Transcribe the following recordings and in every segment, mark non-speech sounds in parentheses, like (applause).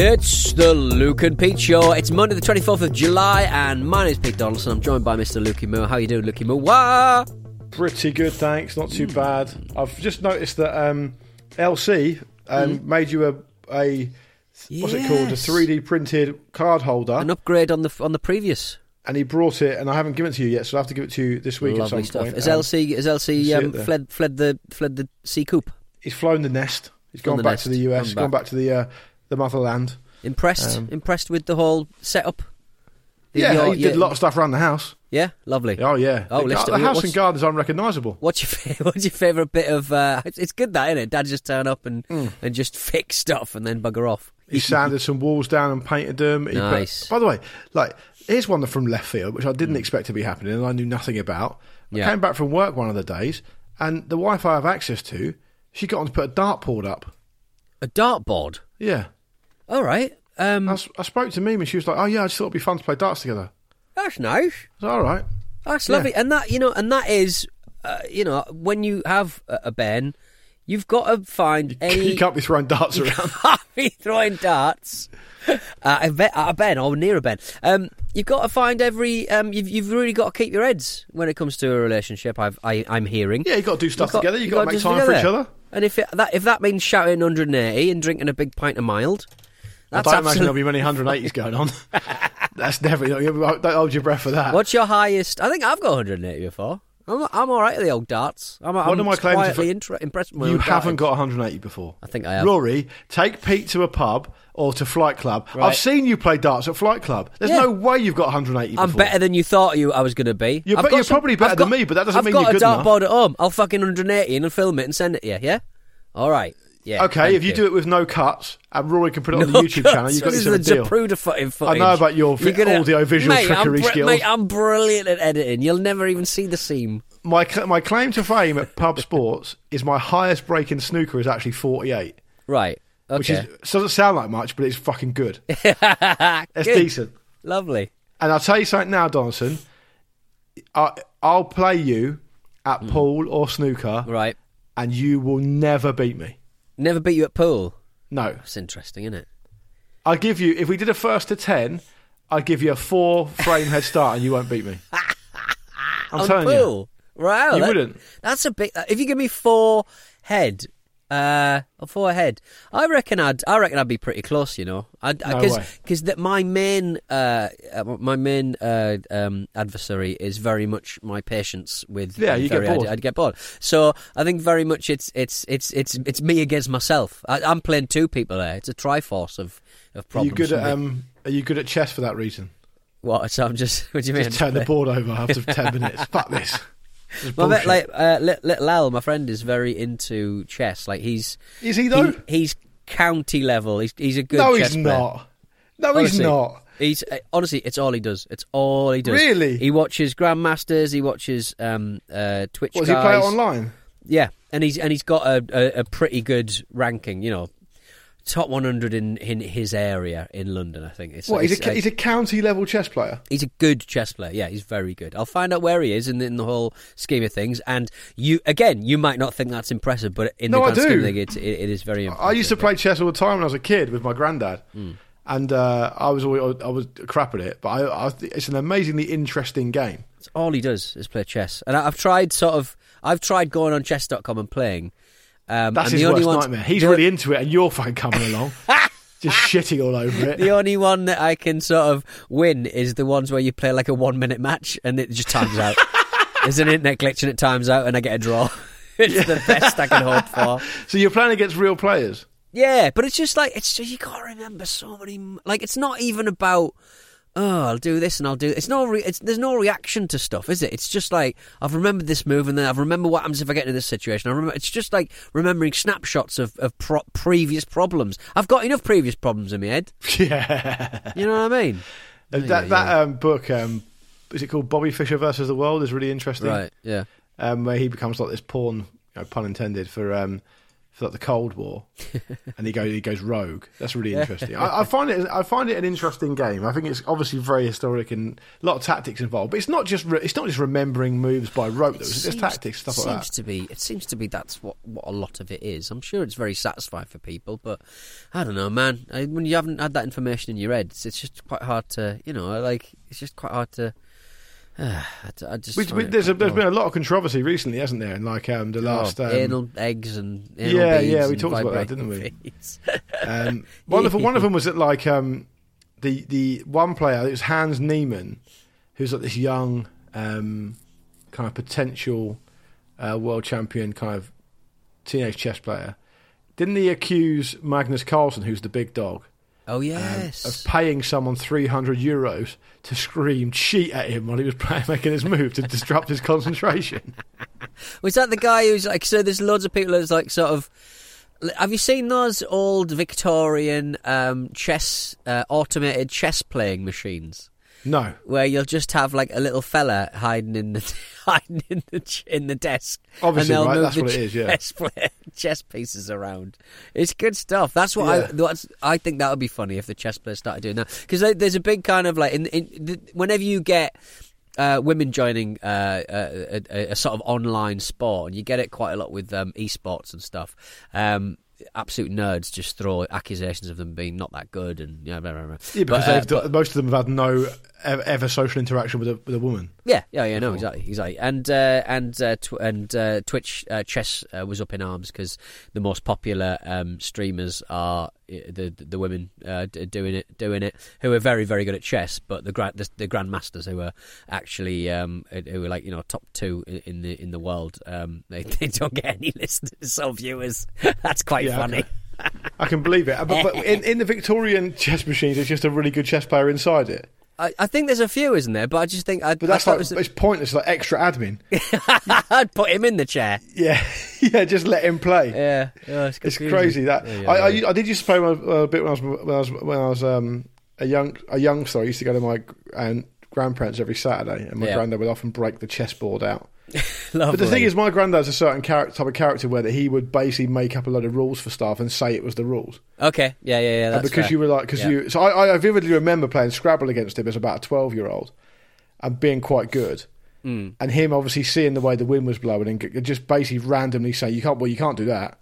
It's the Luke and Pete Show. It's Monday, the 24th of July, and my name's Pete Donaldson. I'm joined by Mr. Lukey Moore. How you doing, Lukey Moore? Wah! Pretty good, thanks. Not too bad. I've just noticed that um, LC um, made you a, a what's it called, Mm. a Yes. 3D printed card holder, An upgrade on the on the previous. and he brought it, and I haven't given it to you yet, so I will have to give it to you this week at Lovely some stuff. point. Has Um, LC has see LC it um, there. fled fled the fled the sea coop? Um, He's flown the nest. He's Flown gone the back nest. to the US. Gone Gone back. back to the uh, the motherland. Impressed? Um, Impressed with the whole setup? The- Yeah, your- he did your- a lot of stuff around the house. Yeah, lovely. Oh yeah. Oh, the, let's gar- do- the house what's- and garden is unrecognisable. What's your fa- (laughs) what's your favourite bit of? Uh, it's it's good that isn't it? Dad just turn up and Hmm. and just (laughs) fix stuff and then bugger off. He sanded some walls down and painted them. He put- Nice. Mm. by the way, like here's one from left field, which I didn't expect to be happening, and I knew nothing about. Yeah. I came back from work one of the days, and the Wi-Fi I have access to, she got on to put a dartboard up. A dartboard. Yeah, All right. Um, I, s- I spoke to Mimi, and she was like, "Oh yeah, I just thought it'd be fun to play darts together." that's nice. I was like, all right. That's Yeah. Oh, lovely, and that you know, and that is, uh, you know, when you have a, a Ben, you've got to find any. (laughs) (laughs) you can't be throwing darts around. be throwing darts. (laughs) Uh, a, ben, a Ben or near a Ben. Um, you've got to find every. Um, you've, you've really got to keep your heads when it comes to a relationship. I've, I, I'm hearing. Yeah, you got to do stuff You've got- together. You you've got to got make to time do for each together. other. And if it, that if that means shouting 180 and drinking a big pint of mild, that's I don't imagine there'll absolutely. be many 180s (laughs) going on. That's definitely not. Don't hold your breath for that. What's your highest? I think I've got 180 before. I'm, I'm all right at the old darts. I'm, I'm One of my claims is quietly that inter- impressed. with my You own darting. haven't got 180 before. I think I have. Rory, take Pete to a pub or to Flight Club. Right. I've seen you play darts at Flight Club. There's Yeah. no way you've got 180 I'm before. better than you thought you I was going to be. You're I've bet- got you're probably better I've than me, but that doesn't I've mean got you're a good enough. dartboard at home. I'll fucking 180 and I'll film it and send it to you. Yeah, all right. Yeah. Oh, Okay, if you, do it with no cuts and Rory can put it on the YouTube channel, you've got this yourself a is the deal. Zapruder footage. I know about your You're fi- audio-visual mate, I'm trickery br- skills. Mate, I'm brilliant at editing. You'll never even see the seam. My, cl- my claim to fame at pub sports is my highest break in snooker is actually 48, Right. Okay. (laughs) which is, doesn't sound like much, but it's fucking good. It's Good. decent. Lovely. And I'll tell you something now, Donaldson. I, I'll play you at pool or snooker, Hmm. Right. and you will never beat me. Never beat you at pool. No. That's interesting, isn't it? I'll give you, if we did a first to 10, I'll give you a four frame head start and you won't beat me. (laughs) I'm on telling you. pool. Wow, You that- wouldn't. That's a big. If you give me four head, uh, or four head, I reckon I'd. I reckon I'd be pretty close. You know, I'd, uh, No because way. because that my main uh, uh, my main uh, um, adversary is very much my patience with. Yeah, I'm you get very- I'd- bored. I'd, get bored. So I think very much it's it's it's it's it's me against myself. I, I'm playing two people there. It's a triforce of of Are problems. you, good at, for me. um, are you good at chess for that reason? what? So I'm just. (laughs) What do you mean? Just turn the board over (laughs) after 10 minutes. Fuck this. This is Well, I bet, bullshit. like uh, Li- little Al, my friend, is very into chess. Like he's Is he though? he's county level. He's he's a good. no, chess he's player. not. No, he's Honestly. not. He's uh, honestly, it's all he does. It's all he does. Really? he watches grandmasters. He watches um uh Twitch. What, does he play it guys. online? Yeah, and he's and he's got a, a, a pretty good ranking. You know, top 100 in, in his area in London. I think it's What? He's it's, a, uh, he's a county level chess player. He's a good chess player. Yeah, he's very good. I'll find out where he is in the, in the whole scheme of things. And you, again, you might not think that's impressive, but in No, the I grand scheme do. of things, it's- it, it is very impressive. I used to play chess all the time when I was a kid with my granddad, Hmm. and uh, I was always, I was crap at it. But I, I, it's an amazingly interesting game. That's all he does is play chess. And I, I've tried sort of, I've tried going on chess.com and playing. Um, That's and his the only worst one, nightmare. He's the- really into it, and you're fucking coming along, just shitting all over it. (laughs) The only one that I can sort of win is the ones where you play like a one minute match and it just times (laughs) out. There's an internet glitch and it times out and I get a draw. (laughs) it's the best I can hope for. So you're playing against (laughs) real players. Yeah, but it's just like it's just, you gotta remember so many. m- Like it's not even about oh I'll do this and I'll do. It's no re- it's there's no reaction to stuff, is it? It's just like I've remembered this move and then I've remembered what happens if I get into this situation. I remember it's just like remembering snapshots of of pro- previous problems. I've got enough previous problems in my head. Yeah. You know what I mean? that that Um, book um, is it called Bobby Fischer versus the World is really interesting. Right? Yeah. Um, where he becomes like this pawn, you know, pun intended, for um, for like the (laughs) Cold War, and he goes he goes rogue. That's really interesting. I, I find it I find it an interesting game. I think it's obviously very historic and a lot of tactics involved. But it's not just re- it's not just remembering moves by rote. Though. It's just tactics stuff seems like that. to be. It seems to be that's what what a lot of it is. I'm sure it's very satisfying for people, but I don't know, man. I, when you haven't had that information in your head, it's, it's just quite hard to, you know, like it's just quite hard to. (sighs) I, d- I just We, we, find it there's a, quite there's been boring. a lot of controversy recently, hasn't there? In like um, the last Oh, um, anal eggs and anal Yeah, beads yeah, we and talked about that, vibrating didn't beads. Um, one of one of them was that like um, the the one player it was Hans Niemann, who's like this young um, kind of potential uh, world champion kind of teenage chess player. Didn't he accuse Magnus Carlsen, who's the big dog, (laughs) oh yes, Um, of paying someone 300 euros to scream cheat at him while he was (laughs) playing, making his move to disrupt his concentration? was that the guy who's like? So there's loads of people that's like sort of. Have you seen those old Victorian um, chess uh, automated chess playing machines? No. where you'll just have like a little fella hiding in the (laughs) hiding in the ch- in the desk. Obviously, and they'll right, move that's the what it is, yeah. Chess, (laughs) play- chess pieces around. It's good stuff. That's what I Yeah. that's, I think that would be funny if the chess players started doing that because there's a big kind of like in, in the, whenever you get. Uh, women joining uh, a, a, a sort of online sport, and you get it quite a lot with um, esports and stuff. Um, absolute nerds just throw accusations of them being not that good, and yeah, blah, blah, blah. Yeah, because But, uh, they've, done- most of them have had no e- ever social interaction with a, with a woman. Yeah, yeah, yeah, no, exactly, exactly. And uh, and uh, tw- and uh, Twitch uh, chess uh, was up in arms because the most popular um, streamers are uh, the the women uh, d- doing it, doing it, who are very very good at chess, but the grand the, the grandmasters who are actually um, who are like you know top two i- in the in the world, um, (laughs) they, they don't get any (laughs) listeners or viewers. (laughs) That's quite Yeah, funny. okay. I can believe it. Uh, But, but in, in the Victorian (laughs) chess machines, it's just a really good chess player inside it. I, I think there's a few, isn't there? But I just think I, But that's I like thought it it's pointless, like (laughs) extra admin. was, I'd put him in the chair. yeah, (laughs) yeah, just let him play. Yeah, Oh, it's confusing. crazy that Yeah, yeah, I, I, yeah. I did used to play when I, was- uh, a bit when I was when I was, when I was um, a young a youngster. I used to go to my and grandparents every Saturday, and my Yeah. granddad would often break the chessboard out. Lovely. But the thing is, my granddad's a certain character, type of character where that he would basically make up a lot of rules for stuff and say it was the rules. Okay. Yeah, yeah, yeah. And That's because fair. you were like, because Yeah. you, so I, I vividly remember playing Scrabble against him as about a twelve-year-old, and being quite good, Hmm. and him obviously seeing the way the wind was blowing and g- just basically randomly saying, "You can't, well, you can't do that,"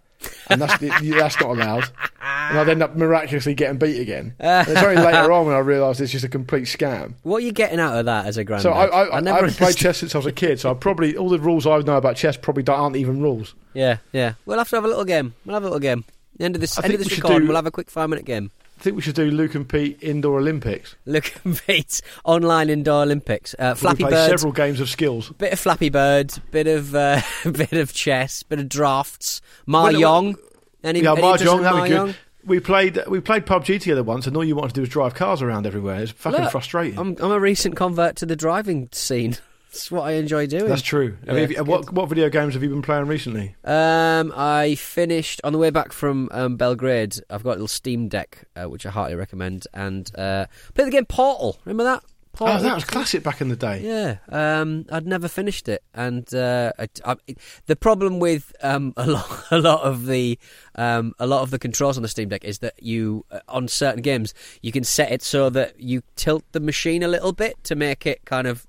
and that's (laughs) that's not allowed, and I'd end up miraculously getting beat again. And it's only later on when I realised it's just a complete scam. What are you getting out of that as a granddad? So I, I, I, never have played understood- chess since I was a kid, so I probably all the rules I know about chess probably don't- aren't even rules. Yeah, yeah. We'll have to have a little game. We'll have a little game. The end of this, I end of think this we should record, do- we'll have a quick five minute game. (laughs) I think we should do Luke and Pete indoor Olympics. Look and Pete online indoor Olympics. Uh, Flappy we play Bird, several games of skills. bit of Flappy Bird, bit of uh, (laughs) bit of chess, bit of drafts. Mahjong. Any, Yeah, any interest in Mahjong, that'd be Mahjong? good. We played we played PUBG together once, and all you wanted to do was drive cars around everywhere. It's fucking Look, frustrating. I'm, I'm a recent convert to the driving scene. (laughs) That's what I enjoy doing. That's true. I mean, Yeah, if you- uh, it's what what video games have you been playing recently? Um, I finished on the way back from um, Belgrade. I've got a little Steam Deck, uh, which I heartily recommend, and uh, play the game Portal. Remember that Oh, that was classic back in the day. Yeah, um, I'd never finished it, and uh, I, I, the problem with um, a (laughs) lot, a lot of the, um, a lot of the controls on the Steam Deck is that you, uh, on certain games, you can set it so that you tilt the machine a little bit to make it kind of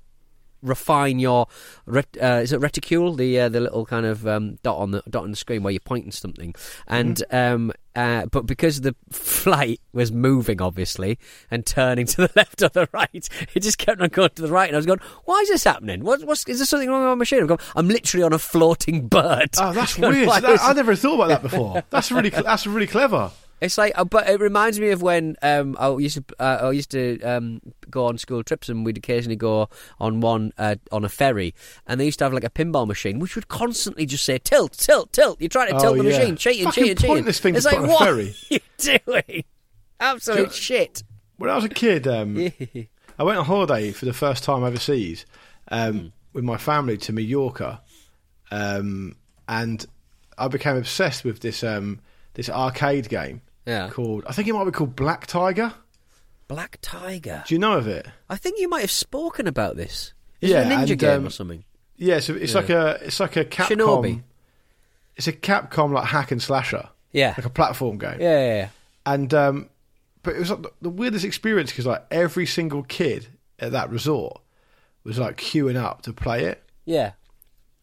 refine your, ret- uh, is it reticule, the uh, the little kind of um, dot on the dot on the screen where you're pointing something, and Mm-hmm. um, uh, but because the (laughs) flight was moving obviously and turning to (laughs) the left or the right, it just kept on going to the right, and I was going, why is this happening? What, what's is there something wrong with my machine? I'm, going, I'm literally on a floating bird. (laughs) Oh, that's Going, weird. "Why That- is I never thought about (laughs) that before. That's really cl- that's really clever. It's like, uh, but it reminds me of when um, I used to uh, I used to um, go on school trips, and we'd occasionally go on one uh, on a ferry, and they used to have like a pinball machine, which would constantly just say tilt, tilt, tilt. You're trying to Oh, tilt the yeah. machine, cheating, Fucking cheating, cheating. pointless thing to it's put like on a what ferry. (laughs) are you doing? Absolute shit. When I was a kid, um, I went on holiday for the first time overseas um, with my family to Mallorca, um, and I became obsessed with this um, this arcade game Yeah. called I think it might be called Black Tiger. Black Tiger. Do you know of it? I think you might have spoken about this. Is it a Yeah, ninja and, game um, or something? Yeah, so it's like a it's like a Capcom. Shinobi. It's a Capcom like hack and slasher, Yeah. like a platform game. Yeah, yeah, yeah. and um, but it was like the- the weirdest experience because like every single kid at that resort was like queuing up to play it, yeah.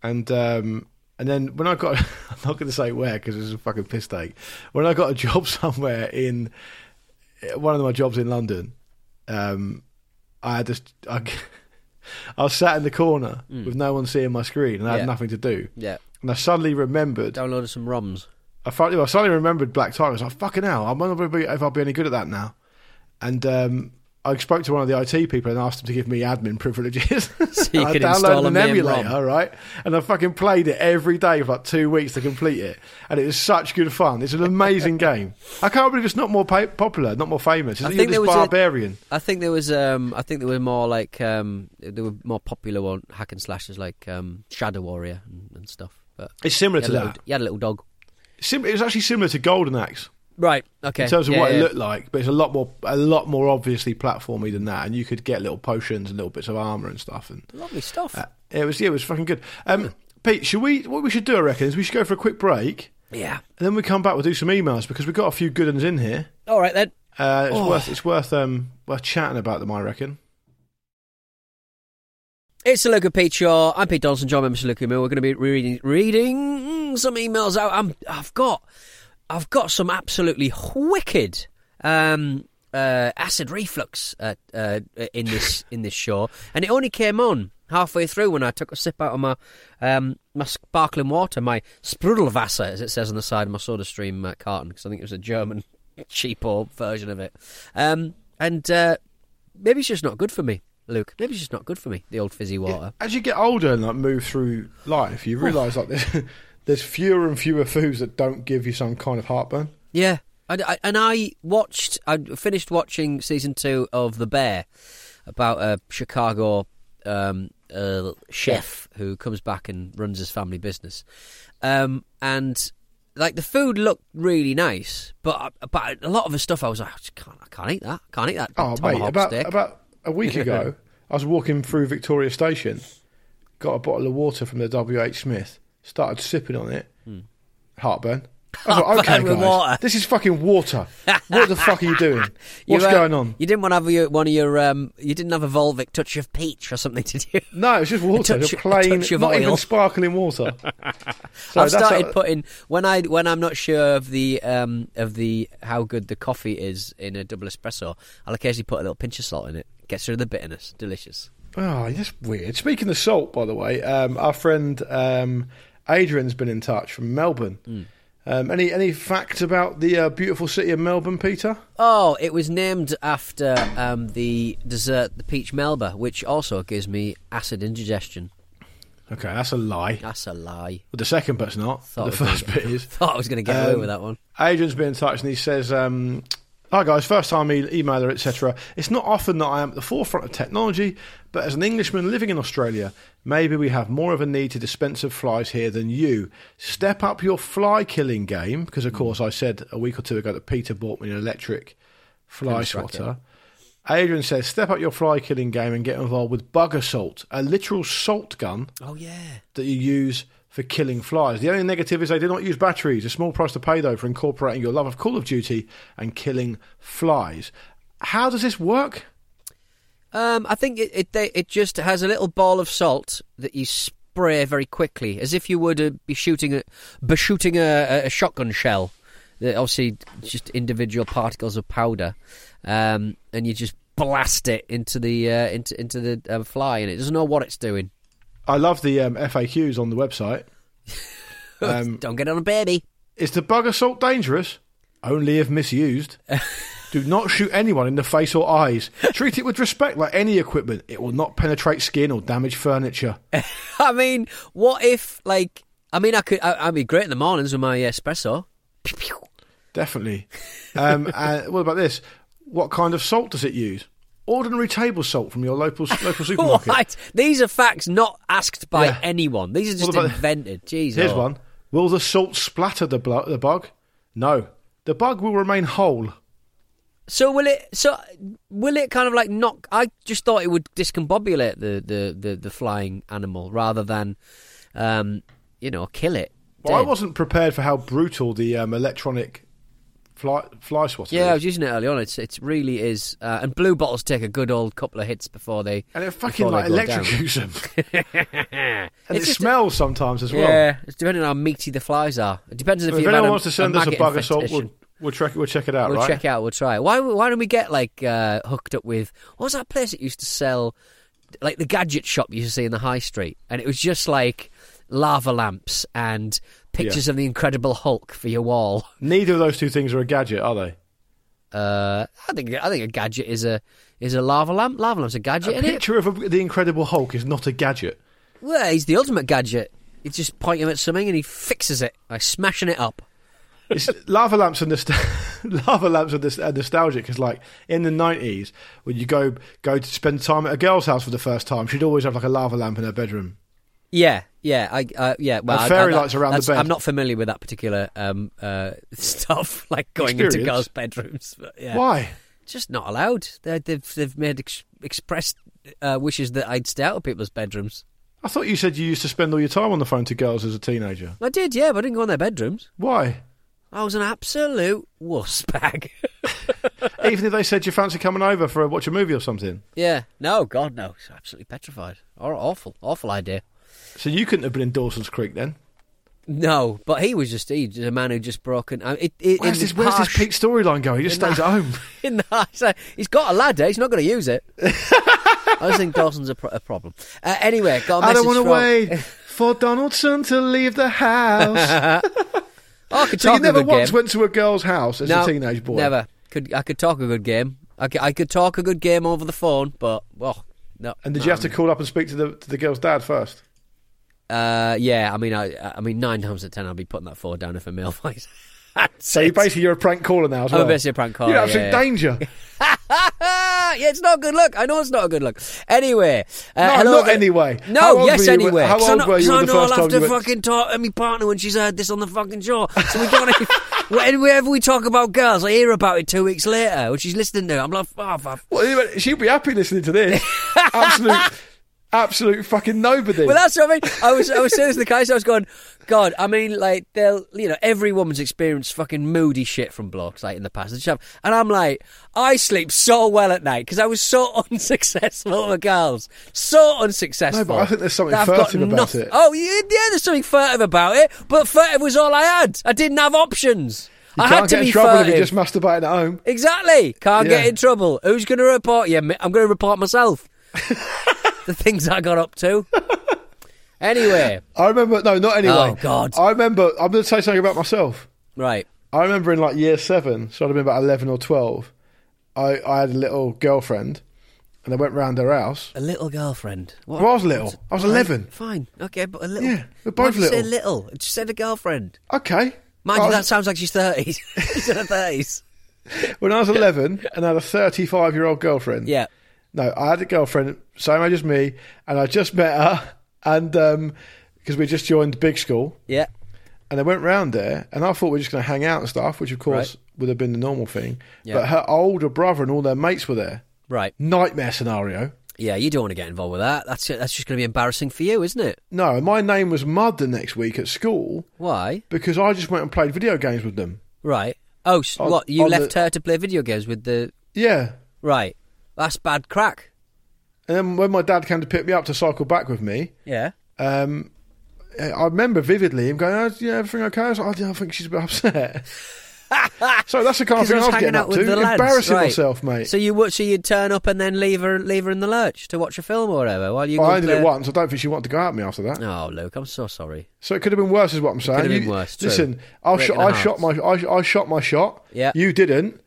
and um, and then when I got, (laughs) I'm not going to say where because it's a fucking piss take. When I got a (laughs) job somewhere in one of my jobs in London, um, I had this. I, (laughs) I was sat in the corner with no one seeing my screen and I Yeah. had nothing to do. Yeah. And I suddenly remembered Downloaded some ROMs. I, finally, I suddenly remembered Black Tiger. I was like, fucking hell, I wonder if I'll be- if I'll be any good at that now. And um, I spoke to one of the IT people and asked them to give me admin (laughs) (laughs) privileges. So you I could install downloaded a an meme emulator, ROM. right? And I fucking played it every day for like two weeks to complete it. And it was such good fun. It's (laughs) an amazing game. I can't believe it's not more pa- popular, not more famous. It's I I think this there was a- barbarian. I think there was um I think there were more like um there were more popular one hack and slashes like um Shadow Warrior and, and stuff. But It's similar you had, to a little, that. you had a little dog. Sim- it was actually similar to Golden Axe. Right. Okay. in terms of Yeah, what yeah. it looked like, but it's a lot more a lot more obviously platformy than that, and you could get little potions and little bits of armor and stuff. And Lovely stuff. uh, it was yeah, it was fucking good. Um, Pete, should we? What we should do, I reckon, is we should go for a quick break, yeah. and then we come back. We'll do some emails because we've got a few good ones in here. All right then. Uh, it's Oh. worth it's worth um worth chatting about them, I reckon. It's the Luca Pete Shaw. I'm Pete Donaldson, John Member Luca Moore. We're going to be reading reading some emails out. I'm, I've got I've got some absolutely wicked um, uh, acid reflux uh, uh, in this in this show, and it only came on halfway through when I took a sip out of my um, my sparkling water, my Sprudelwasser, as it says on the side of my Soda Stream uh, carton, because I think it was a German (laughs) cheapo version of it, um, and uh, maybe it's just not good for me. Luke, maybe it's just not good for me. The old fizzy water. As you get older and like move through life, you realise like there's, (laughs) there's fewer and fewer foods that don't give you some kind of heartburn. Yeah, I, I- and I watched. I finished watching season two of The Bear, about a Chicago um, uh, chef who comes back and runs his family business, um, and like the food looked really nice, but I- but a lot of the stuff I was like, I just can't, I can't eat that. Can't eat that. Oh, mate, tomahawk about, steak. about (laughs) a week ago, I was walking through Victoria Station, got a bottle of water from the WH Smith, started sipping on it, heartburn. I Hmm. thought, Heartburn okay, with guys, water." this is fucking water. What the fuck are you doing? (laughs) You, What's uh, going on? You didn't want to have your, one of your. Um, you didn't have a Volvic touch of peach or something, (laughs) did you? (laughs) No, it's just water, touch- just a plain, touch of not oil. even (laughs) sparkling water. So I've that's started how- putting when I when I'm not sure of the um of the how good the coffee is in a double espresso, I'll occasionally put a little pinch of salt in it. Gets rid of the bitterness. Delicious. Oh, that's weird. Speaking of salt, by the way, um, our friend um, Adrian's been in touch from Melbourne. Um, any any facts about the uh, beautiful city of Melbourne, Peter? Oh, it was named after um, the dessert, the peach melba, which also gives me acid indigestion. Okay, that's a lie. That's a lie. Well, the second bit's not. Thought the I was first gonna bit (laughs) is. (laughs) Thought I was going to get away Um, with that one. Adrian's been in touch and he says, um, "Hi guys, first time e- emailer, etc. It's not often that I am at the forefront of technology, but as an Englishman living in Australia, maybe we have more of a need to dispense of flies here than you. Step up your fly killing game, Hmm. because of course I said a week or two ago that Peter bought me an electric fly Goodness, swatter." Adrian says, step up your fly killing game and get involved with bug assault, a literal salt gun Oh yeah. that you use for killing flies. The only negative is they do not use batteries, a small price to pay though for incorporating your love of Call of Duty and killing flies. How does this work? Um, I think it it, they, it just has a little ball of salt that you spray very quickly, as if you would uh, be shooting a be shooting a, a shotgun shell. They're obviously, just individual particles of powder, um, and you just blast it into the uh, into into the uh, fly, and it doesn't know what it's doing. I love the um, FAQs on the website. Um, Don't get on a baby. (laughs) Is the bug assault dangerous? Only if misused. Do not shoot anyone in the face or eyes. Treat it with respect like any equipment. It will not penetrate skin or damage furniture. I mean, what if like? I mean, I could. I, I'd be great in the mornings with my espresso. Pew, pew. Definitely. Um, uh, what about this? What kind of salt does it use? Ordinary table salt from your local local (laughs) supermarket. What? These are facts not asked by Yeah. anyone. These are just about- invented. oh. Jesus. Here's one. Will the salt splatter the, blo- the bug? No. The bug will remain whole. So will it? So will it kind of like knock? I just thought it would discombobulate the the the, the flying animal rather than, um, you know, kill it. Well, I dead. wasn't prepared for how brutal the um, electronic fly, fly swatter Yeah, I is. was using it early on. It's it really is. Uh, and blue bottles take a good old couple of hits before they And it before fucking they like go down. electrocutes them. (laughs) and It's it just a- smells sometimes as well. Yeah, it's depending on how meaty the flies are. It depends if, If you've had anyone a- wants to send us a maggot bug assault, infestation. we'll, we'll, check, we'll check it out, We'll right? check it out. We'll try it. Why? Why don't we get like uh, hooked up with what was that place that used to sell, like the gadget shop you used to see in the high street, and it was just like lava lamps and pictures of the Incredible Hulk for your wall. (laughs) Neither of those two things are a gadget, are they? Uh, I think I think a gadget is a is a lava lamp. Lava lamp's a gadget, A isn't it? picture of a, the Incredible Hulk is not a gadget. Well, he's the ultimate gadget. You just point him at something and he fixes it by smashing it up. It's, lava lamps are nost- (laughs) lava lamps are, nos- are nostalgic because, like in the nineties, when you go go to spend time at a girl's house for the first time, she'd always have like a lava lamp in her bedroom. Yeah, yeah, I, uh, yeah. Well, And I- fairy I- lights around the that's- bed. I'm not familiar with that particular um, uh, (laughs) stuff, like going into Experience? girls' bedrooms. But yeah. Why? Just not allowed. They're, they've they've made ex- expressed uh, wishes that I'd stay out of people's bedrooms. I thought you said you used to spend all your time on the phone to girls as a teenager. I did, yeah, but I didn't go in their bedrooms. (laughs) Why? I was an absolute wuss bag. (laughs) Even if they said you fancy coming over for a, watch a movie or something, yeah, no, God, no, it's absolutely petrified. Aw- Awful, awful idea. so you couldn't have been in Dawson's Creek then. No, but he was just he, just a man who just broken. I- It, it, Where's in this, the where's this harsh- peak storyline going? He just stays at (laughs) home. (laughs) in the house. Uh, He's got a ladder. He's not going to use (laughs) it. I just think Dawson's a, pro- a problem. Uh, anyway, got a I don't message want to from- (laughs) wait for Donaldson to leave the (laughs) house. Oh, I could so talk you never a good once game. went to a girl's house as no, a teenage boy. Never. Could I could talk a good game. I could, I could talk a good game over the phone, but oh no. And did you Um, have to call up and speak to the to the girl's dad first? Uh, yeah, I mean, I, I mean, nine times out of ten, I'll be putting that four down if a male voice. So you basically you're a prank caller now as I'm well. Oh, basically a prank caller, You're absolute yeah, yeah. (laughs) danger. yeah, it's not a good look. I know it's not a good look. Anyway, uh, No, hello not there- anyway. No, How old yes, were you when- anyway. how 'Cause I old know, were 'cause you when the I know first I'll have time you to went- fucking talk to my partner when she's heard this on the fucking show. So we can't. even- (laughs) whenever we talk about girls, I hear about it two weeks later when she's listening to it. I'm like, oh, fuck. well, anyway, she'd be happy listening (laughs) to this. absolute, absolute fucking nobody. Well, that's what I mean. I was, I was saying this to the guys. I was going, God, I mean, like they'll, you know, every woman's experienced fucking moody shit from blokes like in the past. They just have- And I'm like, I sleep so well at night because I was so (laughs) unsuccessful with girls, so unsuccessful. No, but I think there's something that I've got furtive about nothing- it. Oh, yeah, yeah, there's something furtive about it. But furtive was all I had. I didn't have options. you I can't had to get in be trouble furtive. if you're just masturbating at home. Exactly. Can't get Yeah. in trouble. Who's going to report you? Me- I'm going to report (laughs) myself. the things I got up to. Anyway, I remember. No, not anyway. Oh, God. I remember. I'm going to say something about myself. right. I remember in like year seven, so I'd have been about eleven or twelve. I, I had a little girlfriend, and I went round her house. A little girlfriend. What? I was little. I was eleven. Fine. Okay, but a little. Yeah, we're Why'd both you Say little. little. Just said a girlfriend. Okay. Mind I you, was- that sounds like she's (laughs) 30s. (laughs) she's in her 30s. when I was eleven, and I had a thirty-five-year-old girlfriend. Yeah. No, I had a girlfriend, same age as me, and I just met her, and because we just joined big school, Yeah. and I went round there, and I thought we were just going to hang out and stuff, which of course Right. would have been the normal thing. Yeah. But her older brother and all their mates were there, Right. Nightmare scenario. Yeah, you don't want to get involved with that. That's that's just going to be embarrassing for you, isn't it? No, my name was Mud the next week at school Why? because I just went and played video games with them. Right. Oh, s On- what? You on left the- her to play video games with the Yeah. right. That's bad crack. And then when my dad came to pick me up to cycle back with me, Yeah. um, I remember vividly him going, oh, "Yeah, everything okay?" I was like, "Oh, yeah, I think she's a (laughs) bit upset." so that's the kind of Because I was thing I was hanging getting out up with to, the lads. embarrassing right. myself, mate. So you would, so you'd turn up and then leave her, leave her in the lurch to watch a film or whatever while you. Well, go I only did play- it once. I don't think she wanted to go out with me after that. Oh, Luke, I'm so sorry. So it could have been worse, is what I'm saying. have been You- worse, true. Listen, I, Breaking shot, the I shot my, I, I shot my shot. Yeah. you didn't.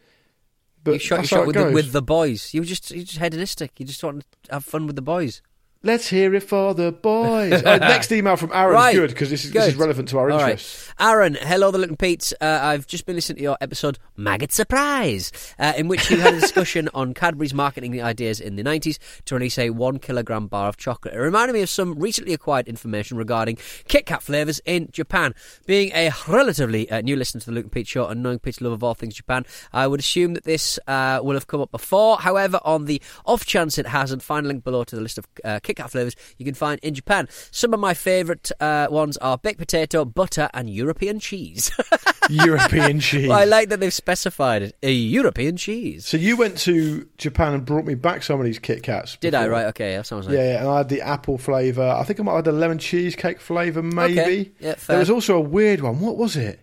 But you shot, you that's shot how it with the, goes. with the boys. You were just, you were just hedonistic. You just wanted to have fun with the boys. Let's hear it for the boys. (laughs) Uh, next email from Aaron. Right. Good because this is this is Good. relevant to our All right. interests. Aaron, hello, the Looking Pete's. Uh, I've just been listening to your episode, Maggot Surprise, uh, in which you had a (laughs) discussion on Cadbury's marketing ideas in the 90s to release a one kilogram bar of chocolate. It reminded me of some recently acquired information regarding Kit Kat flavours in Japan. Being a relatively uh, new listener to the Looking Pete show and knowing Pete's love of all things Japan, I would assume that this uh, will have come up before. However, on the off chance it hasn't, find a link below to the list of uh, Kit Kat flavours you can find in Japan. Some of my favourite uh, ones are baked potato, butter, and European cheese. (laughs) European cheese. I like that they've specified it a European cheese. so you went to Japan and brought me back some of these Kit Kats. Did I? before. Right, okay, that sounds like. Yeah, yeah, and I had the apple flavour. I think I might have had a lemon cheesecake flavour, maybe. Okay, yeah, fair. There was also a weird one. What was it?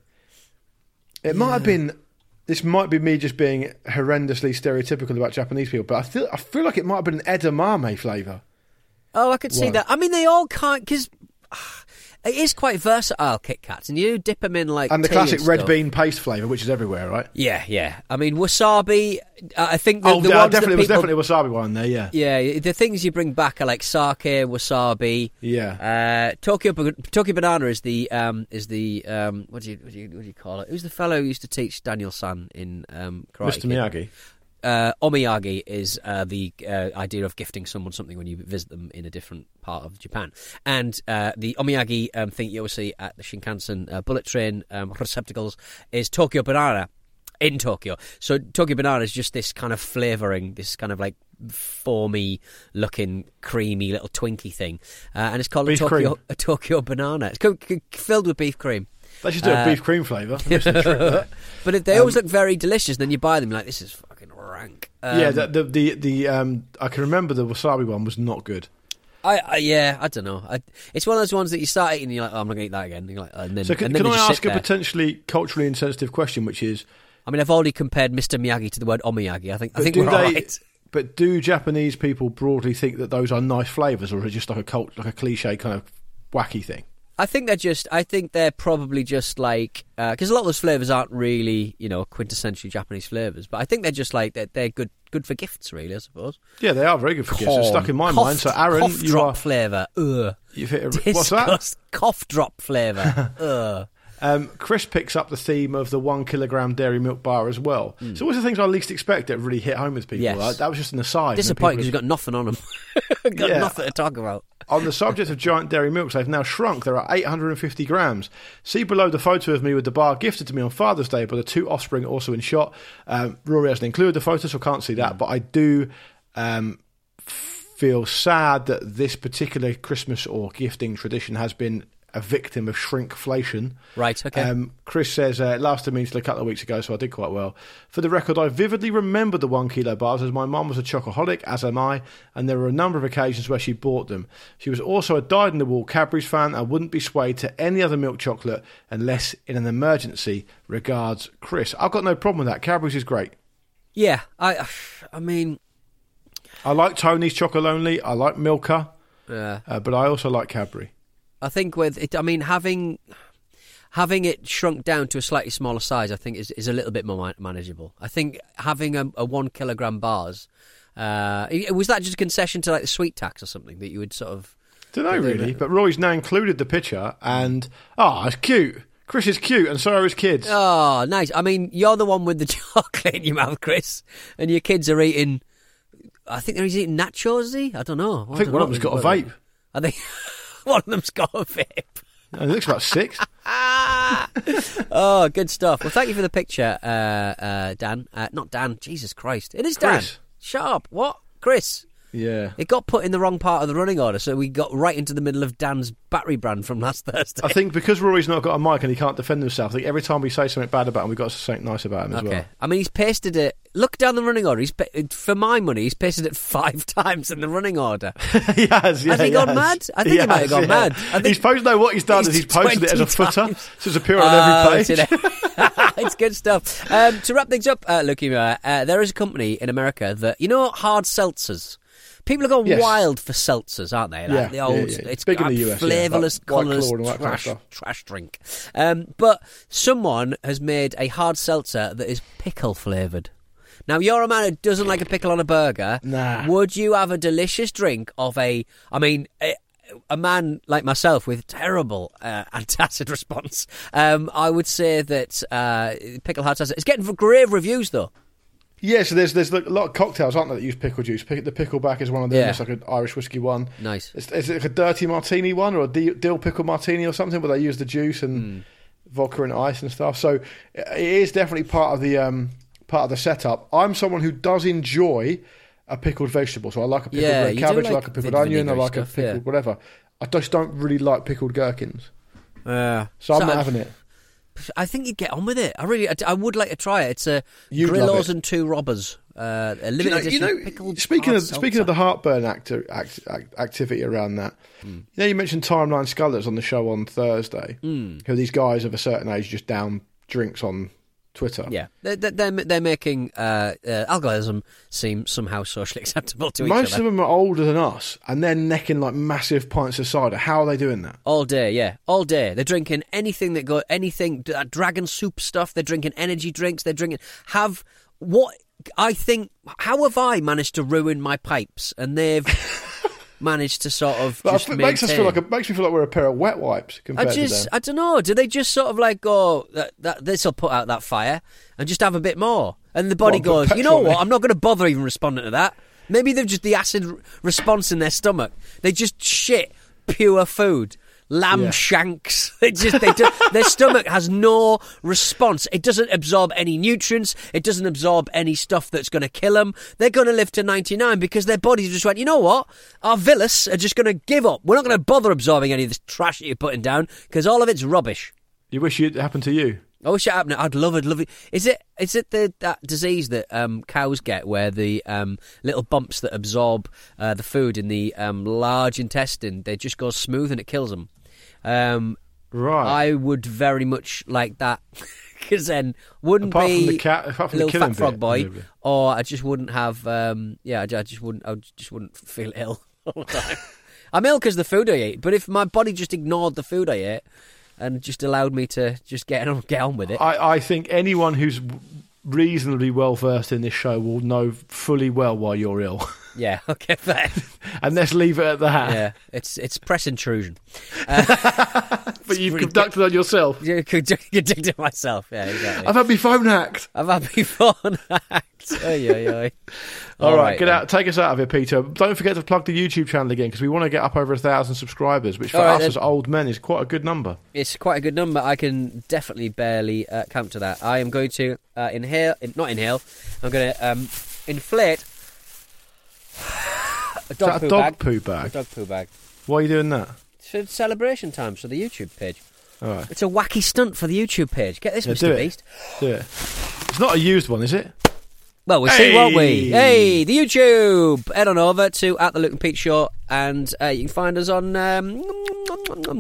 It might have been. This might be me just being horrendously stereotypical about Japanese people, but I feel I feel like it might have been an edamame flavour. Oh, I could see Right. that. I mean, they all can't, because. (sighs) It is quite versatile, Kit Kats, and you dip them in like And the tea classic red stuff. bean paste flavour, which is everywhere, right? Yeah, yeah. I mean, wasabi. uh, I think the, oh, the yeah, ones definitely, that was people, definitely a wasabi one there. Yeah, Yeah, the things you bring back are like sake, wasabi. yeah. Uh, Tokyo Ba- Tokyo Banana is the um, is the um, what do you what do you, what do you call it? Who's the fellow who used to teach Daniel San in um, Karate Mr. Kid? Miyagi. Uh, omiyagi is uh, the uh, idea of gifting someone something when you visit them in a different part of Japan. And uh, the omiyagi um, thing you always see at the Shinkansen uh, bullet train um, receptacles is Tokyo banana in Tokyo. So Tokyo banana is just this kind of flavouring, this kind of like foamy looking, creamy little Twinkie thing. Uh, and it's called a Beef Tokyo, cream. a Tokyo banana. It's co- co- filled with beef cream. They should do Uh, a beef (laughs) cream flavour. That's the trick there. But if they Um, always look very delicious, then you buy them, you're like, this is fucking rank. Um, yeah, the the the, the um, I can remember the wasabi one was not good. I, I yeah, I don't know. I, it's one of those ones that you start eating, and you're like, oh, I'm not gonna eat that again. And you're like, oh, and then, So can, and then can they I just ask sit a there. potentially culturally insensitive question, which is, I mean, I've already compared Mr. Miyagi to the word omiyagi. I think I think do we're they? all right. But do Japanese people broadly think that those are nice flavors, or is it just like a cult, like a cliche kind of wacky thing? I think they're just. I think they're probably just like because a lot of those flavors aren't really you know quintessentially Japanese flavors, but I think they're just like they're, they're good good for gifts, really. I suppose. Yeah, they are very good for kids. They're stuck in my Corn. mind. So, Cough- Aaron, cough you drop are flavor. Ugh. you've hit a, Disgust. what's that? Cough drop (laughs) flavor. Ugh. Um, Chris picks up the theme of the one kilogram dairy milk bar as well. So, what's the things I least expect that really hit home with people? Hmm. Yes. Like, that was just an aside. and then Disappointing because people you've got nothing on them. (laughs) got Yeah. nothing to talk about. On the subject of giant dairy milks, they've now shrunk. There are 850 grams. See below the photo of me with the bar gifted to me on Father's Day by the two offspring also in shot. Um, Rory hasn't included the photo, so can't see that. But I do um, feel sad that this particular Christmas or gifting tradition has been a victim of shrinkflation. Right, okay. Um, Chris says uh, it lasted me until a couple of weeks ago, so I did quite well. For the record, I vividly remember the one kilo bars as my mum was a chocoholic, as am I, and there were a number of occasions where she bought them. She was also a dyed in the wool Cadbury's fan and wouldn't be swayed to any other milk chocolate unless in an emergency. Regards, Chris. I've got no problem with that. Cadbury's is great. Yeah, I, I mean, I like Tony's Chocolate Only. I like Milka, yeah. uh, but I also like Cadbury. I think with it, I mean having having it shrunk down to a slightly smaller size, I think is is a little bit more man- manageable. I think having a, a one kilogram bars. Uh, i- was that just a concession to like the sweet tax or something that you would sort of? Don't know really, but Roy's now included the picture, and ah, it's cute. Chris is cute, and so are his kids. Oh, nice. I mean, you're the one with the (laughs) chocolate in your mouth, Chris, and your kids are eating. I think they're eating nachos. Is he? I don't know. I think one of them's got a vape, I think (laughs) one of them's got a vape. and it looks about six. Ah! (laughs) oh, good stuff. Well, thank you for the picture, uh, uh, Dan. Uh, not Dan. Jesus Christ, it is Dan. Chris. Shut up. What, Chris? Yeah. It got put in the wrong part of the running order, so we got right into the middle of Dan's battery brand from last Thursday. I think because Rory's not got a mic and he can't defend himself, I think every time we say something bad about him, we've got to say something nice about him as well. I mean, he's pasted it. Look down the running order. He's pa- for my money, he's pasted it five (laughs) times in the running order. (laughs) he has. Yeah, Has he gone mad? I think he might have gone mad. I think- he's posted. No, what he's done He's is he's posted it as a 20 footer, times. so it's appearing on every Oh, page. (laughs) today. (laughs) it's good stuff. Um, to wrap things up, uh, Lucky Moore, uh, there is a company in America that you know hard seltzers. People are going Yes. wild for seltzers, aren't they? Like Yeah, the old, yeah, yeah. It's It's big in uh, the US, yeah, flavorless, like White colourless Claw and all that kind of trash, stuff. trash drink. Um, but someone has made a hard seltzer that is pickle flavored. Now you're a man who doesn't like a pickle on a burger. Nah. Would you have a delicious drink of a? I mean, a, a man like myself with terrible uh, (laughs) antacid response. Um, I would say that uh, pickle hard seltzer. It's getting grave reviews though. Yeah, so there's there's a lot of cocktails, aren't there, that use pickle juice? Pick, the pickleback is one of them. Yeah. It's like an Irish whiskey one. Nice. It's, is it like a dirty martini one or a di- dill pickle martini or something where they use the juice Hmm. and vodka and ice and stuff? So it is definitely part of the um, part of the setup. I'm someone who does enjoy a pickled vegetable, so I like a pickled Yeah, red you do cabbage, I like like a pickled vin- onion, I vinegary like a stuff, yeah. pickled whatever. I just don't really like pickled gherkins, Yeah. so I'm not having it. I think you'd get on with it. I really, I, I would like to try it. It's a You'd love Grillos it. and Two Robbers, uh, a Do limited edition pickled speaking hard of speaking of seltzer. the heartburn actor act, act, activity around that, Hmm. you know, you mentioned Timeline Scullers on the show on Thursday, Hmm. who are these guys of a certain age just down drinks on Twitter. Yeah, they're they're, they're, they're making uh, uh, alcoholism seem somehow socially (laughs) acceptable to each most other. of them are older than us, and they're necking like massive pints of cider. How are they doing that? all day, yeah, all day. They're drinking anything that go anything d- that dragon soup stuff. They're drinking energy drinks. They're drinking have what I think. How have I managed to ruin my pipes? And (laughs) they've managed to sort of Like, just it makes us feel maintain. like a, makes me feel like we're a pair of wet wipes I compared just, to them. I don't know. Do they just sort of like go that, that this will put out that fire and just have a bit more? And the body What, put goes, you petrol know in what? it?" I'm not going to bother even responding to that. Maybe they've just the acid r- response in their stomach. They just shit pure food. Lamb Yeah. shanks. (laughs) They just they do, their stomach has no response. It doesn't absorb any nutrients. It doesn't absorb any stuff that's going to kill them. They're going to live to ninety nine because their bodies just went. You know what? Our villus are just going to give up. We're not going to bother absorbing any of this trash that you're putting down because all of it's rubbish. You wish it happened to you. I wish it happened. I'd love it. Love it. Is it? Is it the that disease that um, cows get, where the um, little bumps that absorb uh, the food in the um, large intestine, they just go smooth and it kills them. Um, Right. I would very much like that (laughs) because then wouldn't Apart be from the cat- apart from the little killing fat frog bit, boy, maybe. or I just wouldn't have. Um, yeah, I ju- I just wouldn't. I just wouldn't feel (laughs) ill all the time. I'm ill because the food I eat, but if my body just ignored the food I ate and just allowed me to just get on get on with it, I, I think anyone who's reasonably well versed in this show will know fully well why you're ill. (laughs) yeah, (laughs) okay, fair. and let's leave it at that. yeah, it's it's press intrusion. (laughs) but you've conducted on yourself. You could could dig to myself. Yeah, exactly. I've had my phone hacked. I've had before. hacked. (laughs) Oy, oy, oy. All right, get then. out. Take us out of here, Peter. Don't forget to plug the YouTube channel again because we want to get up over a thousand subscribers, which for All right, us then. as old men is quite a good number. It's quite a good number. I can definitely barely uh, count to that. I am going to uh, inhale, in, not inhale. I'm going to um, inflate (sighs) a Is dog that poo a dog bag. poo A bag? dog poo bag. Why are you doing that? It's for celebration times for the YouTube page. All right, It's a wacky stunt for the YouTube page. Get this, Yeah, do Mr. it. Beast. do it. It's not a used one, is it? Well, we'll see, won't we? Hey! Hey, the YouTube. Head on over to at the Luke and Pete Show, and uh, you can find us on um,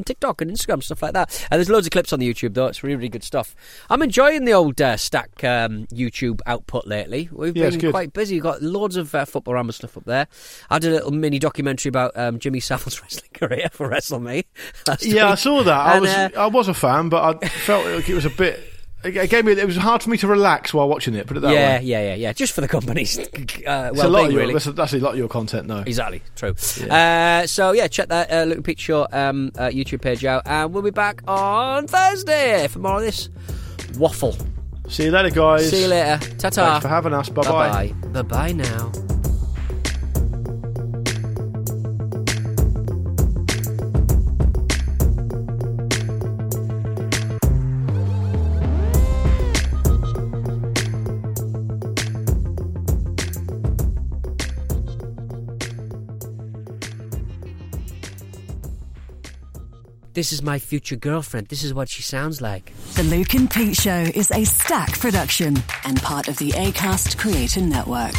TikTok and Instagram, stuff like that. Uh, there's loads of clips on the YouTube, though. It's really, really good stuff. I'm enjoying the old uh, Stack um, YouTube output lately. We've Yeah, it's been good. quite busy. We've got loads of uh, football rammer stuff up there. I did a little mini documentary about um, Jimmy Savile's (laughs) wrestling career for WrestleMe. (laughs) last Yeah, I week. saw that. I And, was uh, I was a fan, but I felt like it was a bit. It gave me. It was hard for me to relax while watching it. Put it that yeah, way. yeah, yeah, yeah. Just for the company's (laughs) uh, It's a lot of well-being, your, really. that's, a, that's a lot of your content, though. Exactly, true. Uh, so yeah, check that uh, Luke and Pete Show um, uh, YouTube page out, and we'll be back on Thursday for more of this waffle. See you later, guys. See you later. Ta Thanks for ta. having us. Bye bye. Bye bye now. This is my future girlfriend. This is what she sounds like. The Luke and Pete Show is a stack production and part of the ACAST Creator Network.